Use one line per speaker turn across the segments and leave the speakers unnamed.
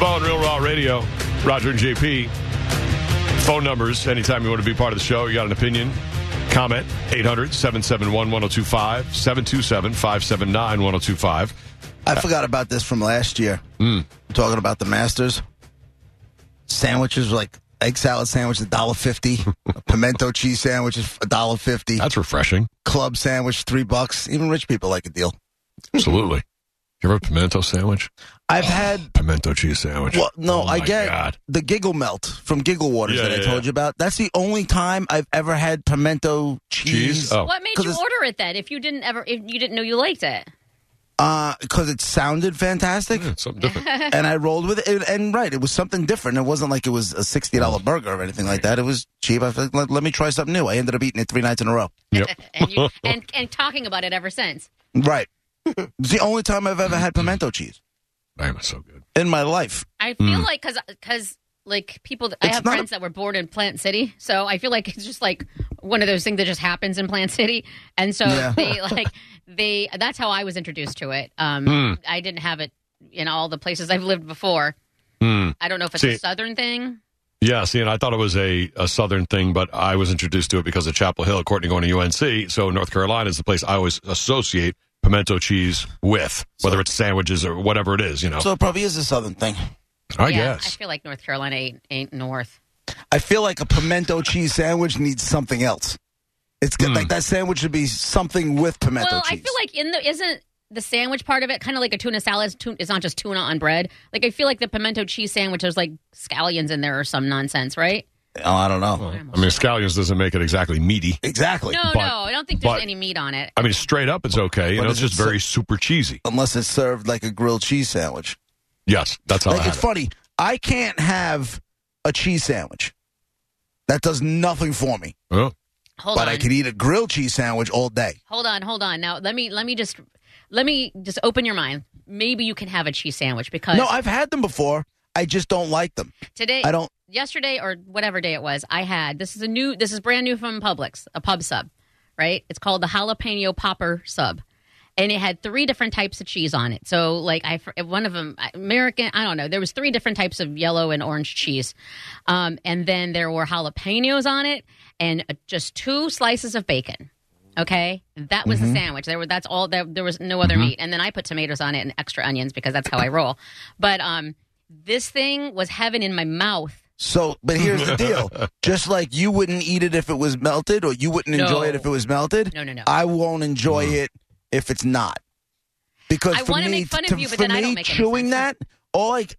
Ball and Real Raw Radio. Roger and JP. Phone numbers. Anytime you want to be part of the show, you got an opinion, comment. 800 771 1025 727 579 1025.
I forgot about this from last year.
Hmm.
I'm talking about the Masters. Sandwiches like egg salad sandwich, a dollar fifty. A pimento cheese sandwich is a dollar fifty.
That's refreshing.
Club sandwich, three bucks. Even rich people like a deal.
Absolutely. You ever have a pimento sandwich?
I've had
Pimento cheese sandwich.
well, no,
Oh
I
my
get
God.
the giggle melt from Giggle Waters
Yeah,
that I
yeah,
told
yeah.
you about. That's the only time I've ever had pimento
cheese.
cheese.
Oh,
What made
'Cause
you
it's-
order it then? If you didn't ever, if you didn't know you liked it,
because uh, it sounded fantastic,
yeah, something different.
and I rolled with it. And, and right, it was something different. It wasn't like it was a sixty dollar burger or anything like that. It was cheap. I thought, let, let me try something new. I ended up eating it three nights in a row.
yep.
and you and and talking about it ever since.
Right, it's the only time I've ever had pimento cheese
Damn, it's so good.
in my life.
I feel like because because like people, that, I
Hmm. It's
have
not a-
friends that were born in Plant City, so I feel like it's just like one of those things that just happens in Plant City, and so
Yeah.
they like they that's how I was introduced to it. Um,
Hmm.
I didn't have it in all the places I've lived before.
Hmm.
I don't know if it's
See-
a southern thing.
Yeah, see, and I thought it was a, a southern thing, but I was introduced to it because of Chapel Hill, Courtney going to UNC. So North Carolina is the place I always associate pimento cheese with, whether it's sandwiches or whatever it is, you know.
So it probably is a southern thing.
I
yeah, I
guess.
feel like North Carolina ain't, ain't north.
I feel like a pimento cheese sandwich needs something else. It's good. Like that sandwich should be something with pimento
Hmm. Well,
cheese.
I feel like in the isn't the sandwich part of it kind of like a tuna salad? Tuna, it's not just tuna on bread. Like I feel like the pimento cheese sandwich there's like scallions in there or some nonsense, right?
oh, I don't know.
I mean, scallions doesn't make it exactly meaty.
Exactly.
No,
But-
no, I don't think there's
but-
any meat on it.
I mean, straight up, it's okay. You
But
know, it's
is it
just very super cheesy.
Unless it's served like a grilled cheese sandwich.
Yes, that's how I
Like
had
it's
it.
funny. I can't have a cheese sandwich. That does nothing for me.
Well,
Hold
But
on,
I could eat a grilled cheese sandwich all day.
hold on, hold on. Now let me let me just let me just open your mind. Maybe you can have a cheese sandwich because
No, I've had them before. I just don't like them.
today
I don't.
yesterday or whatever day it was, I had this is a new this is brand new from Publix, a pub sub, right? It's called the jalapeno popper sub. And it had three different types of cheese on it. So like I one of them American, I don't know, there was three different types of yellow and orange cheese. Um, and then there were jalapenos on it and uh, just two slices of bacon. Okay, that was the sandwich. There were that's all. There, there was no other meat, and then I put tomatoes on it and extra onions because that's how I roll. But um, this thing was heaven in my mouth.
So, but here's the deal. Just like you wouldn't eat it if it was melted, or you wouldn't
No.
enjoy it if it was melted.
No, no, no.
I won't enjoy it if it's not. Because
I
for
wanna
me,
make fun of
to,
you, but
for
then I don't
me,
make any
chewing
sense.
that, all like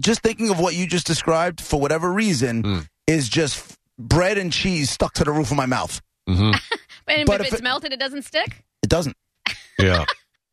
just thinking of what you just described for whatever reason
Hmm.
is just bread and cheese stuck to the roof of my mouth.
Mm-hmm.
And
But
if,
if
it's
it-
melted, it doesn't stick.
It doesn't.
yeah.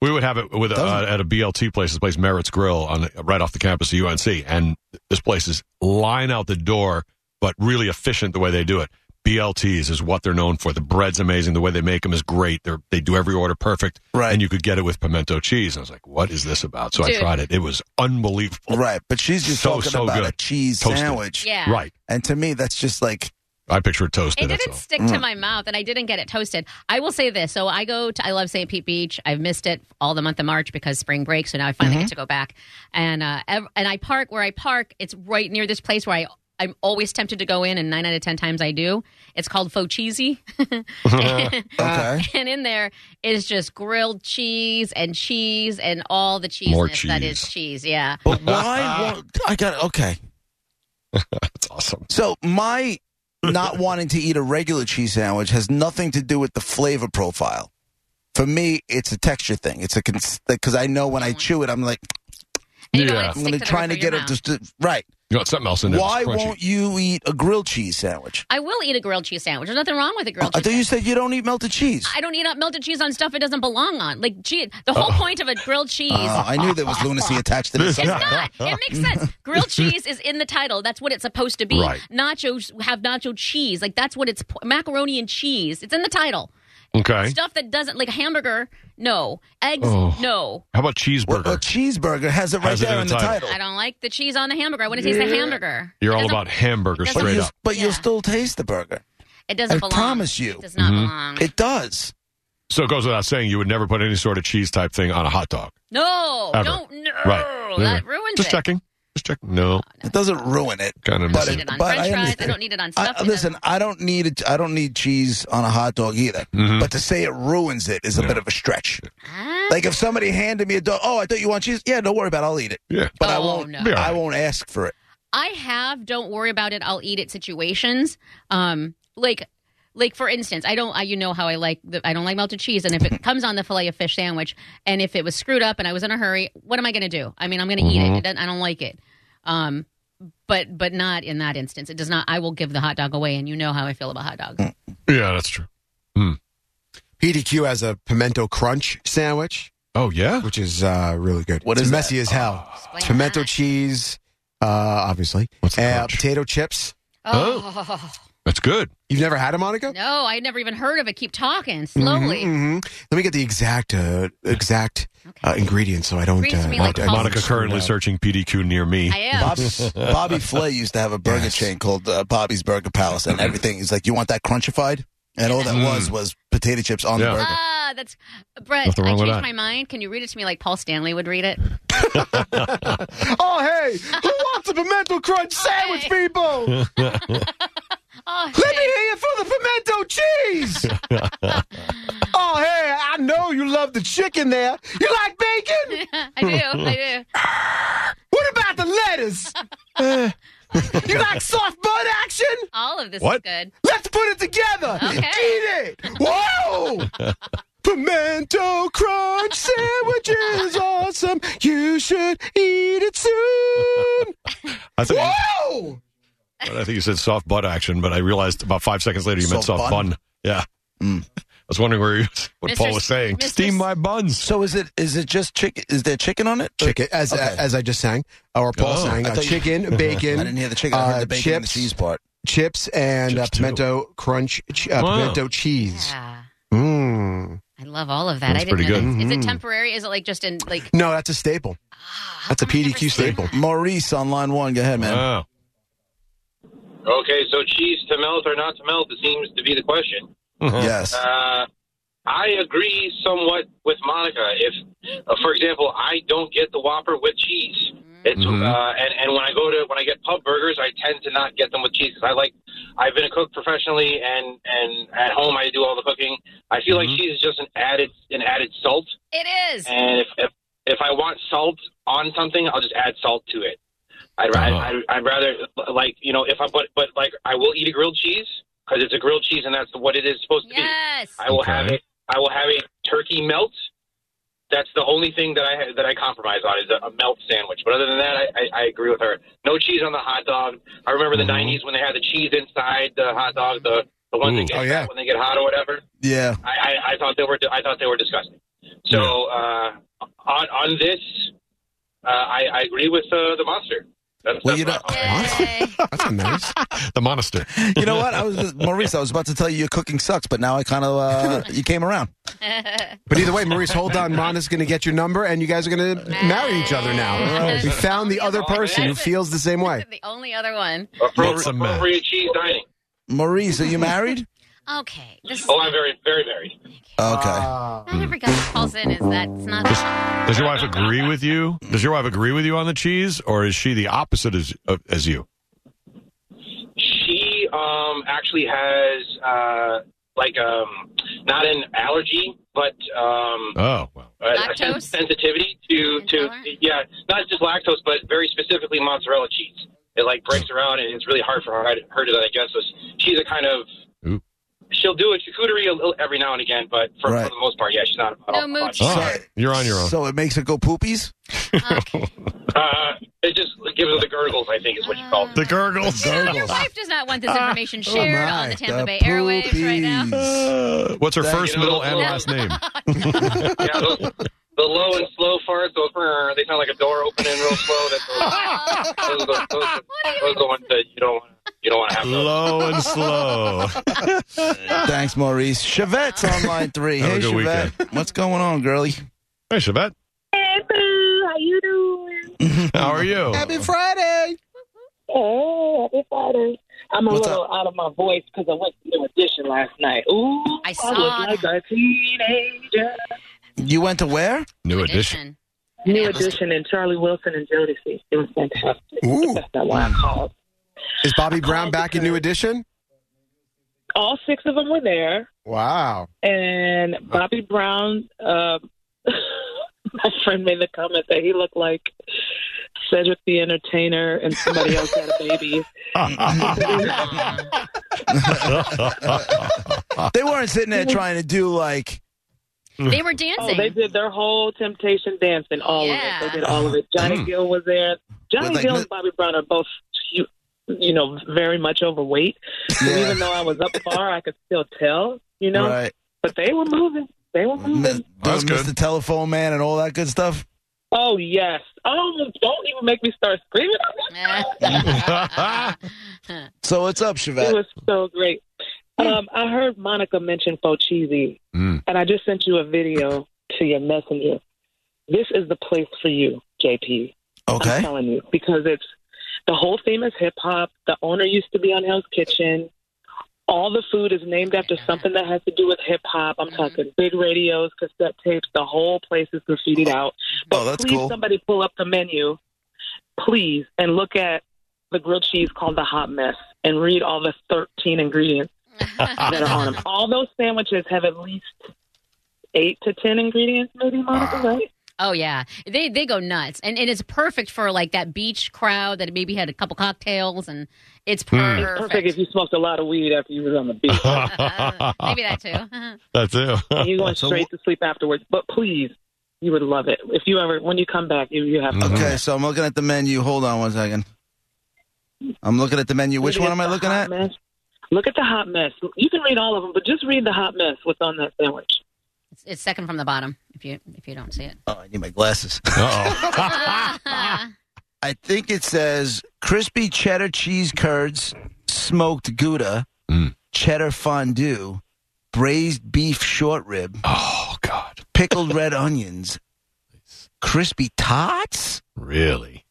We would have it with uh,
Doesn't-
at a BLT place, this place Merritt's Grill, on right off the campus of UNC, and this place is line out the door, but really efficient the way they do it. BLTs is what they're known for. The bread's amazing. The way they make them is great. They're, they do every order perfect,
Right.
and you could get it with pimento cheese. I was like, "What is this about?" So I
Dude.
tried it. It was unbelievable.
Right. But she's just
So,
talking
so
about a
good.
cheese
Toasted.
sandwich.
Yeah.
Right.
And to me, that's just like,
I picture it toasted.
It
that's
didn't
all.
stick
Mm.
to my mouth, and I didn't get it toasted. I will say this: so I go to I love St. Pete Beach. I've missed it all the month of March because spring break. So now I finally
Mm-hmm.
get to go back, and uh, ev- and I park where I park. It's right near this place where I. I'm always tempted to go in, and nine out of ten times I do. It's called Focheesy,
okay.
and in there is just grilled cheese and cheese and all the cheese that
cheese.
is cheese. Yeah,
But why won't I got okay.
That's awesome.
So my not wanting to eat a regular cheese sandwich has nothing to do with the flavor profile. For me, it's a texture thing. It's a because I know when I chew it, I'm like
and you don't
Yeah.
want it
I'm
stick
gonna
to the
trying
roof
to
of your
get it
mouth.
just to, right.
You got something else in there?
Why
that's crunchy.
won't you eat a grilled cheese sandwich?
I will eat a grilled cheese sandwich. There's nothing wrong with a grilled
I
cheese.
thought you said you don't eat melted cheese.
I don't eat up melted cheese on stuff it doesn't belong on. Like, gee, the whole point of a grilled cheese.
Oh, I knew there was lunacy attached to this.
it's not. It makes sense. Grilled cheese is in the title. That's what it's supposed to be.
Right.
Nachos have nacho cheese. Like that's what it's po- macaroni and cheese. It's in the title.
Okay.
Stuff that doesn't like hamburger. No. Eggs.
Oh.
No.
How about
Well, a
cheeseburger?
cheeseburger has it right
Has it
there
in
in
the
the
title.
title.
I don't like the cheese on the hamburger. I want to taste the hamburger.
You're
It
all
doesn't-
about hamburger
doesn't-
But,
straight
you,
up.
but
Yeah.
you'll still taste the burger.
It doesn't
I
belong.
promise you.
It does
Mm-hmm.
not belong.
It does.
So it goes without saying, you would never put any sort of cheese type thing on a hot dog.
no.
Ever.
Don't. No.
Right.
That ruins
Just
it.
checking. Just check. No,
It doesn't ruin it.
kind of.
I don't
But
missing it.
need it on
but
French
I
fries. I
understand.
don't need it on stuff.
I, listen, I don't need it. I don't need cheese on a hot dog either.
Mhm.
But to say it ruins it is a bit of a stretch.
Ah,
Like if somebody handed me a dog, oh, I thought you want cheese. Yeah, don't worry about. it. I'll eat it.
Yeah.
But I
Oh,
won't.
no.
Be all right.
I won't ask for it.
I have don't worry about it, I'll eat it situations. Um like like for instance, I don't I you know how I like the I don't like melted cheese and if it comes on the fillet of fish sandwich and if it was screwed up and I was in a hurry, what am I going to do? I mean, I'm going to eat it.
Mhm.
it. doesn't- I don't like it. Um but but not in that instance. It does not I will give the hot dog away and you know how I feel about hot dogs.
Mm. Yeah, that's true.
PDQ has a pimento crunch sandwich,
Oh yeah.
which is uh, really good.
What
it's
is that?
messy as hell.
Explain
It's pimento
that.
cheese, uh, obviously.
What's the
Uh,
crunch?
potato chips.
Oh.
That's good.
You've never had a Monica?
No, I never even heard of it. Keep talking slowly.
Mhm, mhm. Let me get the exact uh, exact
Mm-hmm.
Okay.
uh, ingredients so I don't.
Reads
uh,
me
I
like
Monica,
don't-
Colin.
Monica currently searching PDQ near me.
I am.
Bob's, Bobby Flay used to have a burger
Yes.
chain called uh, Bobby's Burger Palace, and everything. He's like, "You want that crunchified?" And all that
Mm.
was was potato chips on
Yeah.
the burger.
Ah, that's Brett. I
Nothing wrong
changed
with that.
my mind. Can you read it to me like Paul Stanley would read it?
Oh hey, who wants a pimento crunch sandwich,
Hey.
people? Let
Oh,
me hear you for the pimento cheese. oh hey, I know you love the chicken there. You like bacon?
I do. I do.
What about the lettuce?
Uh.
you like soft bun action?
All of this is
What?
good.
Let's put it together.
Okay.
Eat it. Whoa! Pimento crunch sandwich is awesome. You should eat it soon.
I think, I
Whoa!
think you said soft butt action, but I realized about five seconds later you meant
Soft
soft bun.
bun?
Yeah.
Mm.
I was wondering where you, what
Mr.
Paul was saying.
Mr.
Steam my buns.
So is it is it just chicken? Is there chicken on it?
Chicken, as
Okay.
as I just sang, or Paul
Oh.
sang,
I
uh,
thought you-
chicken,
I
bacon,
didn't hear the chicken. I
uh,
heard the bacon and the
chips,
cheese part.
chips, and
Chips,
uh, pimento crunch, ch- uh,
Wow.
pimento cheese.
Yeah.
Mm.
I love all of that.
That's
I didn't
pretty
know
good.
that. Is it
Mhm.
temporary? Is it like just in like?
No, that's a staple.
ah,
That's a
I've never
PDQ
seen
staple. Uh,
that.
Maurice on line one. Go ahead, man.
Wow.
Okay, so cheese to melt or not to melt it seems to be the question.
Uh-huh.
yes.
Uh, I agree somewhat with Monica. If, uh, for example, I don't get the Whopper with cheese, it's
Mhm.
uh, and and when I go to when I get pub burgers, I tend to not get them with cheese. 'cause I like I've been a cook professionally, and and at home I do all the cooking. I feel
Mhm.
like cheese is just an added an added salt,
It is.
and if if, if I want salt on something, I'll just add salt to it. I'd, ra-
Uh-huh.
I'd, I'd rather like you know if I but but like I will eat a grilled cheese because it's a grilled cheese and that's what it is supposed to be.
Yes.
I will
Okay.
have it. I will have a turkey melt. That's the only thing that I ha- that I compromise on is a, a melt sandwich. But other than that, I, I, I agree with her. No cheese on the hot dog. I remember the '90s when they had the cheese inside the hot dog, the the ones
Ooh.
that get
Oh, yeah.
when they get hot or whatever.
Yeah.
I, I, I thought they were I thought they were disgusting. So uh, on on this, uh, I, I agree with uh, the monster. That's,
Well,
that's
you
my
know-
comment.
Yay.
That's nice.
The monastery.
You know what? I was Maurice. I was about to tell you your cooking sucks, but now I kind of uh, you came around.
But either way, Maurice, hold on. Mona's going to get your number, and you guys are going to marry each other now. We found the other person who feels the same way.
the only other one.
It's
appropriate,
a mess.
appropriate cheese dining.
Maurice, are you married?
Okay. This
Oh, I'm very very very.
Ah.
Okay.
not every guy who calls in is that's not.
Does your wife agree with you? Does your wife agree with you on the cheese, or is she the opposite as of- as you?
She um actually has uh like um not an allergy, but um.
Oh, well.
a- a sen-
Lactose?
sensitivity to to
Intolerant?
yeah, not just lactose, but very specifically mozzarella cheese. It like breaks her out, and it's really hard for her, her to digest this. She's a kind of
Ooh.
she'll do a charcuterie a little, every now and again, but for,
Right.
for the most part, yeah, she's not. about
No
all-
mood.
about-
Oh, you're on your own.
So it makes it go poopies.
Okay.
Uh, it just gives her the gurgles. I think is what you call it.
the gurgles.
Your wife does not want this information shared
my,
on the Tampa
the
Bay airwaves right now.
poopies.
Uh, what's her
Thank
first,
you.
middle, and
Yeah.
last name?
yeah, those, the low and slow farts. Those brr, they sound like a door opening real slow. That's
Oh,
those, those, those, those, those are the ones that you don't want. You don't want to have. Those.
Low and slow.
Thanks, Maurice. Chevette's on line three.
Have a
hey,
good
Chevette, what's going on, girlie?
Hey, Shabbat.
Hey, boo. How you doing?
How are you?
Friday.
Hey, happy Friday. I'm a
What's
little out of my voice because I went to New Edition last night. Ooh,
I
I
saw
was like
that.
a teenager.
You went to where?
New edition.
Edition.
New Edition and Charlie Wilson and Jodeci. It was fantastic.
Ooh.
That's not why I called.
Is Bobby Brown
called
back in New Edition?
All six of them were there.
Wow.
and Bobby Brown, uh, my friend made the comment that he looked like Cedric the Entertainer and somebody else had a baby.
Ah.
They weren't sitting there trying to do like
They were dancing.
Oh, they did their whole Temptation dancing, all
Yeah.
of it. They did all of it. Johnny Gill was there. Johnny
With, Mm. like,
Gill
no-
and Bobby Brown are both, you, you know, very much overweight. So
Yeah.
even though I was up far, I could still tell, you know.
right. Mm-hmm.
But they were moving. They were moving.
Miss,
That's good.
Mr. Telephone Man and all that good stuff.
Oh yes. Oh, don't even make me start screaming.
Uh,
So what's up, Chevette?
It was so great. Um, I heard Monica mention Focheesy,
Mm.
and I just sent you a video to your messenger. This is the place for you, JP. I'm
Okay.
telling you because it's the whole theme is hip hop. The owner used to be on Hell's Kitchen. All the food is named after something that has to do with hip hop. I'm talking big radios, cassette tapes. The whole place is graffitied out. But
Oh, that's
please,
cool.
somebody pull up the menu, please, and look at the grilled cheese called the Hot Mess and read all the 13 ingredients
uh.
that are on them. All those sandwiches have at least eight to 10 ingredients, maybe, Monica, right?
Oh yeah, they they go nuts, and, and it's perfect for like that beach crowd that maybe had a couple cocktails, and it's
Hmm.
perfect.
It's perfect if you smoked a lot of weed after you was on the beach.
maybe that too.
That's it.
you going
So
straight to sleep afterwards. But please, you would love it if you ever when you come back. You, you have to.
Mm-hmm.
Okay, so I'm looking at the menu. Hold on one second. I'm looking at the menu. Which
Look
one am I
the
looking
hot
at?
Mess. Look at the hot mess. You can read all of them, but just read the hot mess. What's on that sandwich?
it's, it's second from the bottom. If you if you don't see it,
Oh, I need my glasses.
Uh-oh.
I think it says crispy cheddar cheese curds, smoked Gouda,
Mm.
cheddar fondue, braised beef short rib,
oh, God.
pickled red onions, crispy tots,
Really?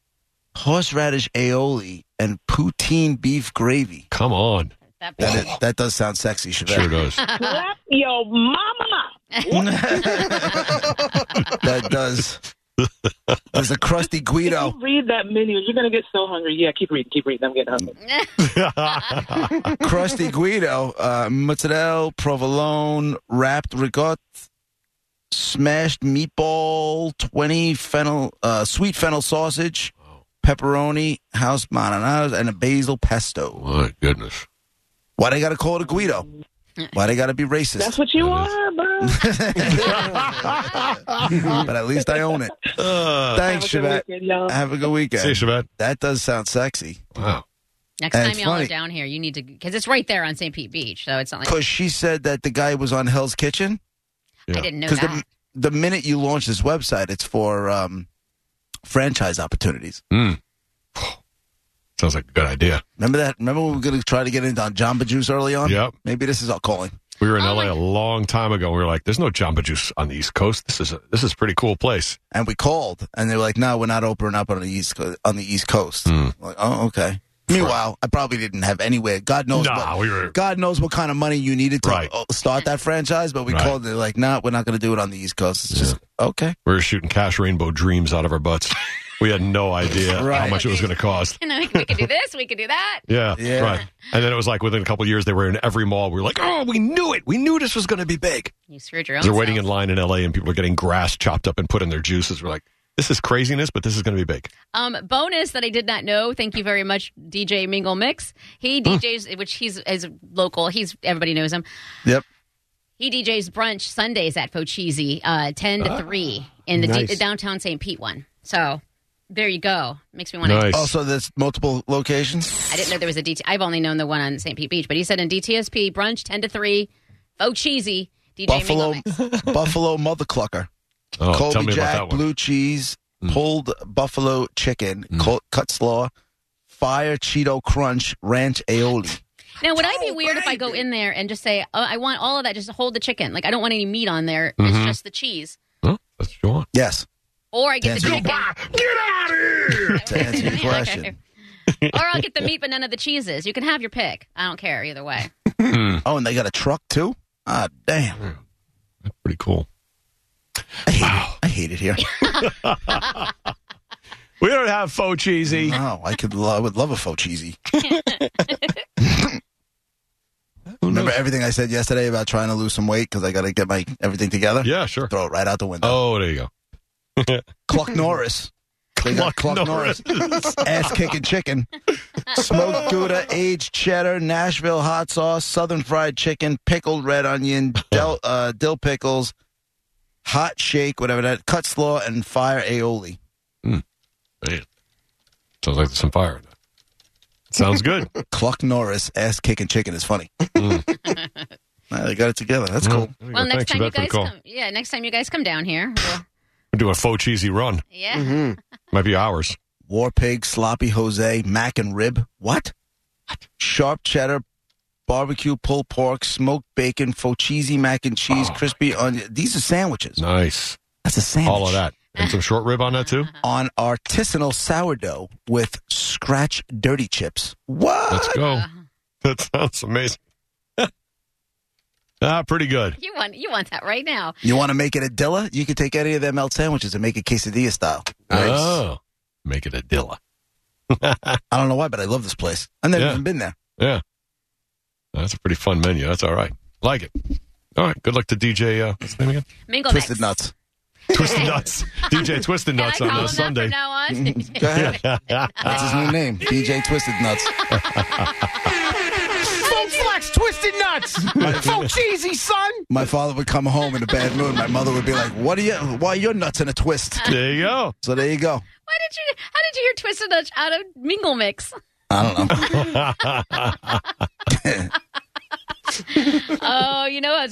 horseradish aioli, and poutine beef gravy.
Come on.
that
That, is, that does sound sexy,
Sure
Chevette.
does.
Slap your mama.
that does. There's a crusty Guido.
You read that menu. You're gonna get so hungry. Yeah, keep reading. Keep reading. I'm getting hungry.
Crusty Guido, uh, mozzarella, provolone, wrapped ricotta, smashed meatball, 20 fennel, uh, sweet fennel sausage, pepperoni, house marinadas, and a basil pesto.
My goodness.
Why they gotta call it a Guido? Why they gotta be
That's
racist?
what you are, bro.
but at least I own it.
Uh,
Thanks,
Have a
Chevette.
good weekend, y'all.
Have a good weekend.
see you, Shabbat.
That does sound sexy.
Wow.
Next
And
time
it's
y'all
funny.
are down here, you need to because it's right there on St. Pete Beach, so it's not like
Because she said that the guy was on Hell's Kitchen.
I didn't know
because
that.
the, the minute you launch this website, it's for um, franchise opportunities.
Sounds like a good idea.
Remember that? Remember when we were going to try to get into on Jamba Juice early on?
Yep.
Maybe this is our calling.
We were in
Oh,
LA
my-
a long time ago. and We were like, "There's no Jamba Juice on the East Coast. This is a, this is a pretty cool place."
And we called, and they were like, "No, we're not opening up on the east Co- on the East Coast."
Hmm.
Like, oh, okay. Meanwhile, I probably didn't have anywhere. God knows.
Nah,
what,
we were-
God knows what kind of money you needed to
Right.
uh, start that franchise, but we
Right.
called. They're like, "No, we're not going to do it on the East Coast." It's just okay.
We were shooting cash rainbow dreams out of our butts. We had no idea how
Right.
much it was going to cost.
you know, we could do this, we could do that.
Yeah,
Yeah.
right. And then it was like within a couple of years, they were in every mall. We were like, "Oh, we knew it. We knew this was going to be big."
You screwed your own.
They're waiting in
self.
line in LA, and people are getting grass chopped up and put in their juices. We're like, "This is craziness, but this is going to be big."
Um, bonus that I did not know. Thank you very much, DJ Mingle Mix.
Hmm.
He DJs, which he's is local. He's everybody knows him.
Yep.
He DJs brunch Sundays at Focheesy, uh, ten
Ah,
to three in the, D-
nice.
the downtown St. Pete one. So there you go. Makes me want to.
Nice.
Also, there's multiple locations.
I didn't know there was a DT. I've only known the one on St. Pete Beach, but he said in DTSP brunch ten to three, Focheesy DJ
Buffalo,
Mingle Mix.
Buffalo Mother Clucker.
oh, tell
Colby
me about
Jack,
that one. Mm.
blue cheese, pulled buffalo chicken, col- cut slaw, fire Cheeto crunch, ranch aioli.
Now, would I be weird if I go in there and just say, oh, I want all of that, just hold the chicken? Like, I don't want any meat on there.
Mm-hmm.
It's just the cheese.
Huh? that's what you want.
Yes,
Or I get the
That's
chicken.
to answer your question.
or I'll get the meat but none of the cheeses. You can have your pick. I don't care either way.
Hmm. Mm.
Oh, and they got a truck too. Ah, damn.
Pretty cool.
I hate, it. I hate it here.
We don't have faux cheesy.
No, I could love, would love a faux cheesy. Remember everything I said yesterday about trying to lose some weight because I got to get my everything together?
Yeah, sure.
Throw it right out the window.
Oh, there you go.
Cluck Norris. They got Cluck, Norris. Ass kicking chicken. Smoked Gouda, aged cheddar, Nashville hot sauce, southern fried chicken, pickled red onion, dill, uh, dill pickles, hot shake, whatever that, cut slaw, and fire aioli.
Man. Sounds like there's some fire in it. Sounds good.
Cluck Norris, ass kicking chicken is funny.
Mm.
Nah, they got it together. That's cool.
There you
Well,
go. Thanks,
next time you
Yvette, for the
guys
call. Mm-hmm.
come, yeah, next time you guys come down here, we'll-
We'll do a faux cheesy run.
yeah,
Might be hours.
War pig, sloppy Jose, mac and rib. What? Sharp cheddar, barbecue pulled pork, smoked bacon, foccheese mac and
Oh,
cheese, crispy onion. These are sandwiches.
Nice.
That's a sandwich.
All of that. And some short rib on that, too?
on artisanal sourdough with scratch dirty chips. What?
Let's
Uh,
go. That sounds amazing. ah, pretty good.
you want you want that right now.
You want to make it a dilla? You can take any of their melt sandwiches and make it quesadilla style.
Oh. Make it a Dilla.
I don't know why, but I love this place. I've never
Yeah.
even been there.
Yeah. That's a pretty fun menu. That's all right. Like it. All right. Good luck to DJ. Uh, what's his name again?
Mingle
Twisted
Mix.
nuts.
Twisted Nuts. DJ Twisted
Can I
Nuts on uh,
call him that
Sunday.
from now on?
Go ahead. That's his new name, DJ Twisted Nuts.
Full flex, twisted nuts. Full cheesy, son.
My father would come home in a bad mood. My mother would be like, "What are you? Why are your nuts in a twist?"
There you go.
So there you go.
Why did you? How did you hear Twisted Nuts out of Mingle Mix?
I don't know.
Oh, you know, it's